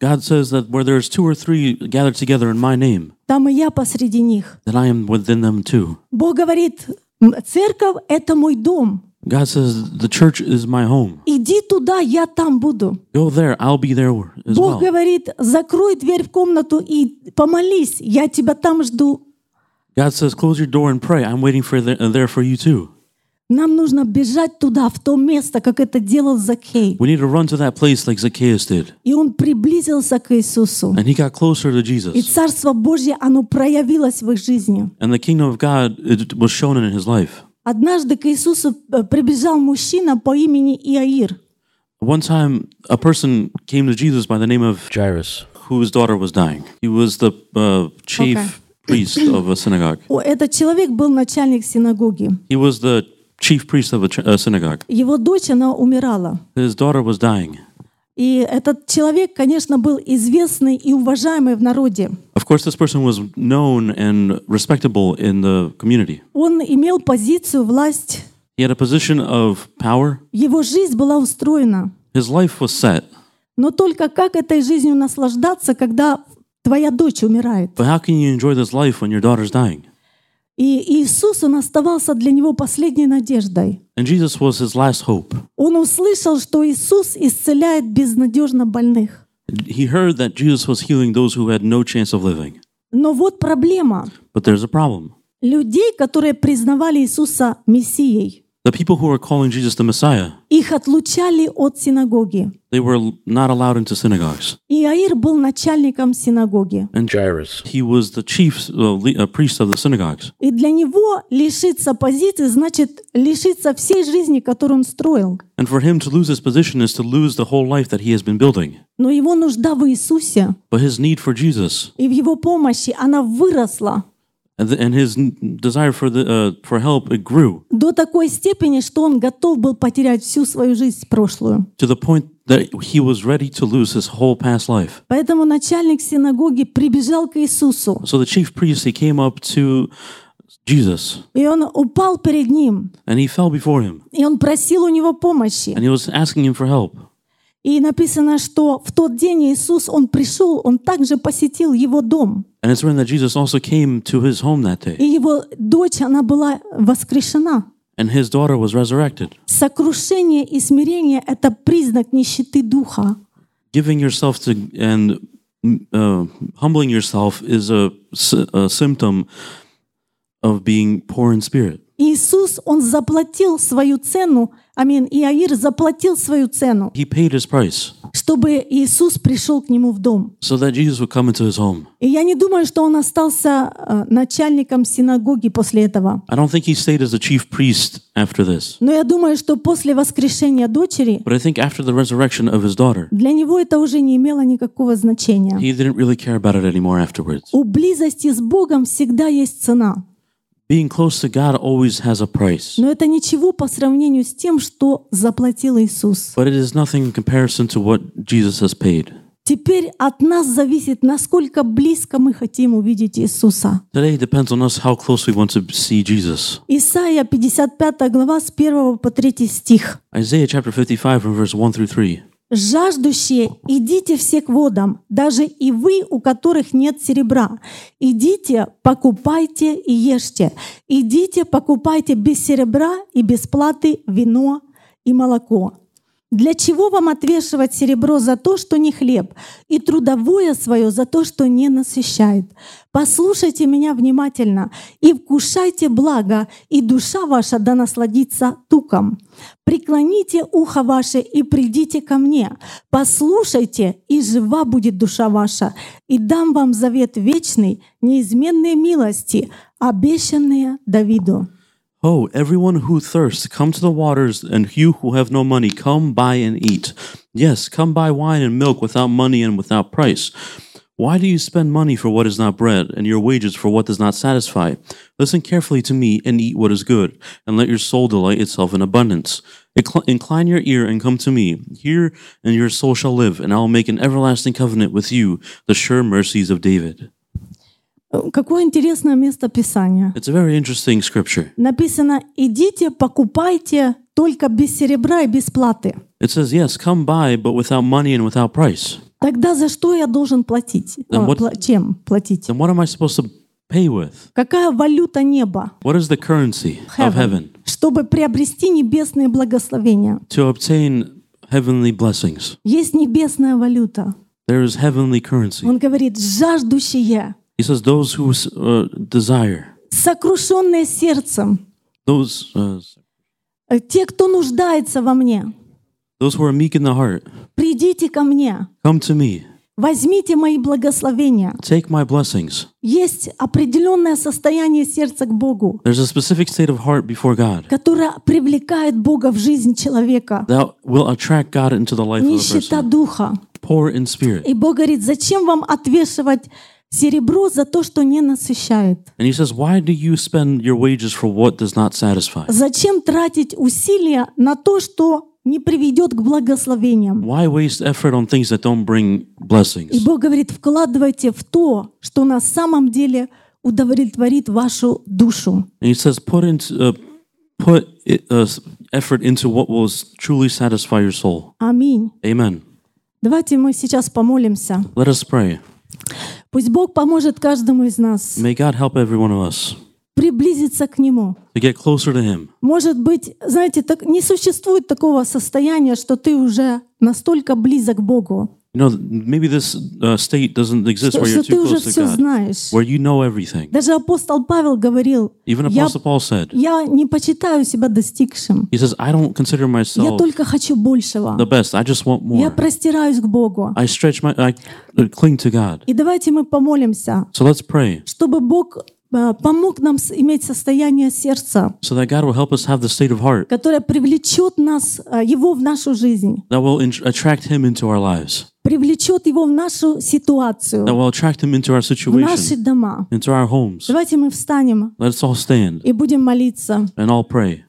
Speaker 2: God says that where there's two or three gathered together in my name,
Speaker 1: Там и я посреди них.
Speaker 2: then I am within them too.
Speaker 1: Бог говорит, «М, церковь — это мой дом.
Speaker 2: God says, The church is my home.
Speaker 1: Иди туда, я там буду.
Speaker 2: Go there, I'll be there as
Speaker 1: Бог
Speaker 2: well.
Speaker 1: говорит, закрой дверь в комнату и помолись, я тебя там жду.
Speaker 2: God says, Close your door and pray. I'm waiting for the, uh, there for you too.
Speaker 1: Нам нужно бежать туда, в то место, как это делал Закхей.
Speaker 2: We need to run to that place like Zacchaeus did.
Speaker 1: И он приблизился к Иисусу.
Speaker 2: And he got closer to
Speaker 1: И
Speaker 2: Jesus.
Speaker 1: Царство Божье, оно проявилось в их жизни.
Speaker 2: And the kingdom of God it was shown in his life.
Speaker 1: Однажды к Иисусу э, прибежал мужчина по имени Иаир.
Speaker 2: One time, a person came to Jesus by the name of
Speaker 3: Jairus.
Speaker 2: whose daughter was dying. He was the uh, chief
Speaker 1: Okay.
Speaker 2: priest of a synagogue.
Speaker 1: О, Этот человек был начальник синагоги.
Speaker 2: He was the chief priest of a, ch- a synagogue.
Speaker 1: Его дочь, она умирала.
Speaker 2: His daughter was dying.
Speaker 1: И этот человек, конечно, был известный и уважаемый в народе.
Speaker 2: Of course, this person was known and respectable in the community.
Speaker 1: Он имел позицию, власть.
Speaker 2: He had a position of power.
Speaker 1: Его жизнь была устроена.
Speaker 2: His life was set.
Speaker 1: Но только как этой жизнью наслаждаться, когда твоя дочь умирает?
Speaker 2: But how can you enjoy this life when your daughter's dying?
Speaker 1: И Иисус, он оставался для него последней надеждой.
Speaker 2: And Jesus was his last hope.
Speaker 1: Он услышал, что Иисус исцеляет безнадежно больных.
Speaker 2: He heard that Jesus was healing those who had no chance of living.
Speaker 1: Но вот проблема.
Speaker 2: But there's a problem.
Speaker 1: Людей, которые признавали Иисуса Мессией,
Speaker 2: The people who were calling Jesus the Messiah,
Speaker 1: их отлучали от синагоги.
Speaker 2: they were not allowed into synagogues.
Speaker 1: Иаир был начальником синагоги.
Speaker 3: Jairus.
Speaker 2: He was the chief uh, le- uh, priest of the synagogues.
Speaker 1: И для него лишиться позиции значит лишиться всей жизни, которую он строил.
Speaker 2: And for him to lose his position is to lose the whole life that he has been building.
Speaker 1: Но его нужда в Иисусе
Speaker 2: But his need for Jesus
Speaker 1: и в его помощи, она выросла
Speaker 2: and, th- and his n- desire for, the, uh, for help, it grew
Speaker 1: до такой степени, что он готов был потерять всю свою жизнь прошлую.
Speaker 2: to the point that he was ready to lose his whole past life.
Speaker 1: Поэтому начальник синагоги прибежал к Иисусу,
Speaker 2: So the chief priest, he came up to Jesus
Speaker 1: и он упал перед ним,
Speaker 2: and he fell before him
Speaker 1: и он просил у него помощи.
Speaker 2: and he was asking him for help.
Speaker 1: И написано, что в тот день Иисус, он пришел, он также посетил его дом.
Speaker 2: And it's written that Jesus also came to his home that
Speaker 1: И
Speaker 2: day
Speaker 1: его дочь, она была воскрешена.
Speaker 2: and his daughter was resurrected.
Speaker 1: Сокрушение и смирение — это признак нищеты духа.
Speaker 2: giving yourself to and uh, humbling yourself is a, sy- a symptom of being poor in spirit.
Speaker 1: Иисус, он заплатил свою цену, аминь, Иаир заплатил свою цену,
Speaker 2: He paid his price
Speaker 1: чтобы Иисус пришел к нему в дом.
Speaker 2: so that Jesus would come into his home.
Speaker 1: И я не думаю, что он остался э, начальником синагоги после этого.
Speaker 2: I don't think he stayed as a chief priest after this,
Speaker 1: Но я думаю, что после воскрешения дочери
Speaker 2: but I think after the resurrection of his daughter,
Speaker 1: для него это уже не имело никакого значения.
Speaker 2: he didn't really care about it anymore afterwards.
Speaker 1: У близости с Богом всегда есть цена,
Speaker 2: Being close to God always has a price,
Speaker 1: но это ничего по сравнению с тем, что заплатил Иисус.
Speaker 2: but it is nothing in comparison to what Jesus has paid.
Speaker 1: Теперь от нас зависит, насколько близко мы хотим увидеть Иисуса.
Speaker 2: Today depends on us how close we want to see Jesus.
Speaker 1: Исайя 55 глава с 1 по 3 стих.
Speaker 2: Isaiah chapter 55 from verse 1 through 3.
Speaker 1: «Жаждущие, идите все к водам, даже и вы, у которых нет серебра. Идите, покупайте и ешьте. Идите, покупайте без серебра и без платы вино и молоко. Для чего вам отвешивать серебро за то, что не хлеб, и трудовое свое за то, что не насыщает? Послушайте меня внимательно и вкушайте благо, и душа ваша да насладится туком. Преклоните ухо ваше и придите ко мне. Послушайте, и жива будет душа ваша, и дам вам завет вечный, неизменные милости, обещанные Давиду.
Speaker 2: Ho, everyone who thirsts, come to the waters, and you who have no money, come buy and eat. Yes, come buy wine and milk without money and without price. Why do you spend money for what is not bread, and your wages for what does not satisfy? Listen carefully to me and eat what is good, and let your soul delight itself in abundance. Incl- Incline your ear and come to me. Hear, and your soul shall live, and I will make an everlasting covenant with you, the sure mercies of David.
Speaker 1: Э, Какое интересное место Писания.
Speaker 2: It's a very interesting scripture.
Speaker 1: написано «Идите, покупайте только без серебра и без платы».
Speaker 2: It says, Yes, come buy, but without money and without price.
Speaker 1: Тогда за что я должен платить?
Speaker 2: Then
Speaker 1: А,
Speaker 2: what-
Speaker 1: пла- чем платить?
Speaker 2: then what am I supposed to pay with?
Speaker 1: Какая валюта неба?
Speaker 2: What is the currency of heaven
Speaker 1: Чтобы приобрести небесные благословения.
Speaker 2: to obtain heavenly blessings?
Speaker 1: Есть небесная валюта.
Speaker 2: There is heavenly currency.
Speaker 1: Он говорит, жаждущие,
Speaker 2: He says, Those who uh, desire,
Speaker 1: сокрушенные сердцем,
Speaker 2: Those, uh,
Speaker 1: э, те, кто нуждается во мне,
Speaker 2: those who are meek in the heart,
Speaker 1: придите ко мне,
Speaker 2: come to me.
Speaker 1: возьмите мои благословения.
Speaker 2: Take my blessings.
Speaker 1: Есть определенное состояние сердца к Богу,
Speaker 2: There's a specific state of heart before God
Speaker 1: которое привлекает Бога в жизнь человека.
Speaker 2: that will attract God into the life of a
Speaker 1: Нищета
Speaker 2: person.
Speaker 1: духа.
Speaker 2: Poor in spirit.
Speaker 1: И Бог говорит, зачем вам отвешивать серебро за то, что не насыщает?
Speaker 2: And he says, Why do you spend your wages for what does not satisfy?
Speaker 1: Зачем тратить усилия на то, что не приведет к благословениям?
Speaker 2: Why waste effort on things that don't bring
Speaker 1: И
Speaker 2: blessings?
Speaker 1: Бог говорит, вкладывайте в то, что на самом деле удовлетворит вашу душу.
Speaker 2: And he says, Put into, uh, put it, uh, s- effort into what will s- truly satisfy your soul.
Speaker 1: Аминь.
Speaker 2: Amen.
Speaker 1: Давайте мы сейчас помолимся.
Speaker 2: Let us pray.
Speaker 1: Пусть Бог поможет каждому из нас
Speaker 2: May God help every one of us
Speaker 1: приблизиться к Нему.
Speaker 2: to get closer to Him.
Speaker 1: Может быть, знаете, так, не существует такого состояния, что ты уже настолько близок к Богу,
Speaker 2: You know, maybe this uh, state doesn't exist
Speaker 1: что,
Speaker 2: where
Speaker 1: что
Speaker 2: you're
Speaker 1: ты
Speaker 2: too
Speaker 1: уже
Speaker 2: close to
Speaker 1: все
Speaker 2: God,
Speaker 1: знаешь.
Speaker 2: where you know everything.
Speaker 1: Даже апостол Павел говорил,
Speaker 2: Even
Speaker 1: я,
Speaker 2: Apostle Paul said,
Speaker 1: я не почитаю себя достигшим,
Speaker 2: He says, I don't consider
Speaker 1: я
Speaker 2: myself
Speaker 1: только хочу большего,
Speaker 2: the best. I just want
Speaker 1: я
Speaker 2: more.
Speaker 1: простираюсь к Богу.
Speaker 2: I stretch my, I uh, cling to God.
Speaker 1: И давайте мы помолимся,
Speaker 2: So let's pray
Speaker 1: чтобы Бог э, помог нам с- иметь состояние сердца,
Speaker 2: so that God will help us have the state of heart
Speaker 1: которое привлечет нас, э, Его в нашу жизнь,
Speaker 2: that will in- attract Him into our lives,
Speaker 1: привлечет Его в нашу
Speaker 2: that
Speaker 1: ситуацию,
Speaker 2: will attract Him into our
Speaker 1: в наши
Speaker 2: situation,
Speaker 1: дома.
Speaker 2: into our homes.
Speaker 1: Давайте мы встанем
Speaker 2: Let's all stand
Speaker 1: и будем молиться.
Speaker 2: and all pray.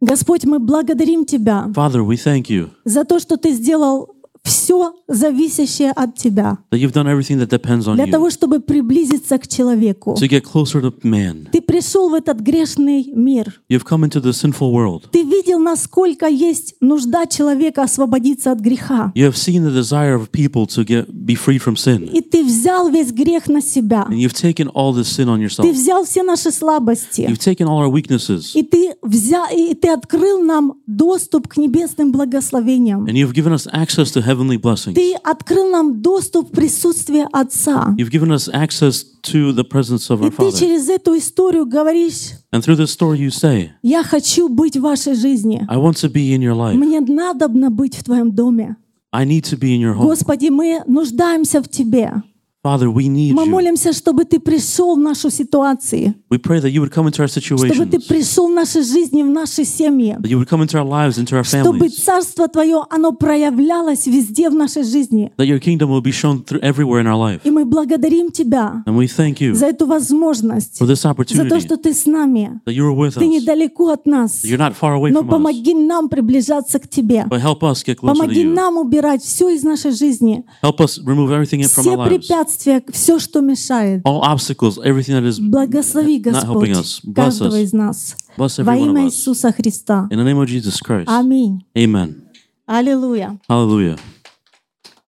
Speaker 1: Господь, мы благодарим Тебя
Speaker 2: Father, we thank you
Speaker 1: за то, что Ты сделал все зависящее от Тебя,
Speaker 2: that you've done everything that depends on
Speaker 1: для
Speaker 2: you
Speaker 1: того, чтобы приблизиться к человеку.
Speaker 2: to get closer to man.
Speaker 1: Ты пришел в этот грешный мир.
Speaker 2: You've come into the sinful world.
Speaker 1: Ты видел, насколько есть нужда человека освободиться от греха.
Speaker 2: You have seen the desire of people to get be free from sin,
Speaker 1: И ты взял весь грех на себя.
Speaker 2: and you've taken all this sin on
Speaker 1: Ты
Speaker 2: yourself.
Speaker 1: взял все наши слабости.
Speaker 2: You've taken all our weaknesses,
Speaker 1: И ты, взял, и ты открыл нам доступ к небесным благословениям.
Speaker 2: and you've given us access to heavenly blessings.
Speaker 1: Ты открыл нам достуp к присутствию Отца.
Speaker 2: You've given us access to the presence of
Speaker 1: И
Speaker 2: our
Speaker 1: ты
Speaker 2: Father.
Speaker 1: через эту историю говоришь,
Speaker 2: And through this story, you say,
Speaker 1: я хочу быть в вашей жизни.
Speaker 2: I want to be in your life.
Speaker 1: Мне надобно быть в твоем доме.
Speaker 2: I need to be in your home.
Speaker 1: Господи, мы нуждаемся в Тебе.
Speaker 2: Father, we need
Speaker 1: Мы
Speaker 2: you.
Speaker 1: молимся, чтобы Ты пришел в нашу ситуацию,
Speaker 2: We pray that you would come into our
Speaker 1: чтобы Ты
Speaker 2: situations, that
Speaker 1: пришел в наши жизни, в наши семьи,
Speaker 2: you would come into our lives, into our
Speaker 1: чтобы
Speaker 2: families,
Speaker 1: Царство Твое, оно проявлялось везде в нашей жизни.
Speaker 2: that your kingdom will be shown through everywhere in our life.
Speaker 1: И мы благодарим Тебя
Speaker 2: And we thank you
Speaker 1: за эту возможность,
Speaker 2: for this
Speaker 1: за то,
Speaker 2: opportunity
Speaker 1: что Ты с нами.
Speaker 2: that you are with us.
Speaker 1: Ты недалеко от нас,
Speaker 2: that You're not far away
Speaker 1: но
Speaker 2: from us,
Speaker 1: помоги нам приближаться к Тебе.
Speaker 2: but help us get closer to
Speaker 1: Помоги
Speaker 2: you.
Speaker 1: нам убирать все из нашей жизни,
Speaker 2: Help us remove everything from our
Speaker 1: все
Speaker 2: lives,
Speaker 1: препятствия, все, что мешает.
Speaker 2: all obstacles, everything that is.
Speaker 1: Благослови,
Speaker 2: helping us.
Speaker 1: Господь,
Speaker 2: Bless
Speaker 1: каждого
Speaker 2: us.
Speaker 1: из нас.
Speaker 2: Bless every
Speaker 1: Во
Speaker 2: one
Speaker 1: имя
Speaker 2: of us.
Speaker 1: Иисуса Христа.
Speaker 2: In the name of Jesus Christ.
Speaker 1: Аминь.
Speaker 2: Amen.
Speaker 1: Аллилуйя.
Speaker 2: Hallelujah.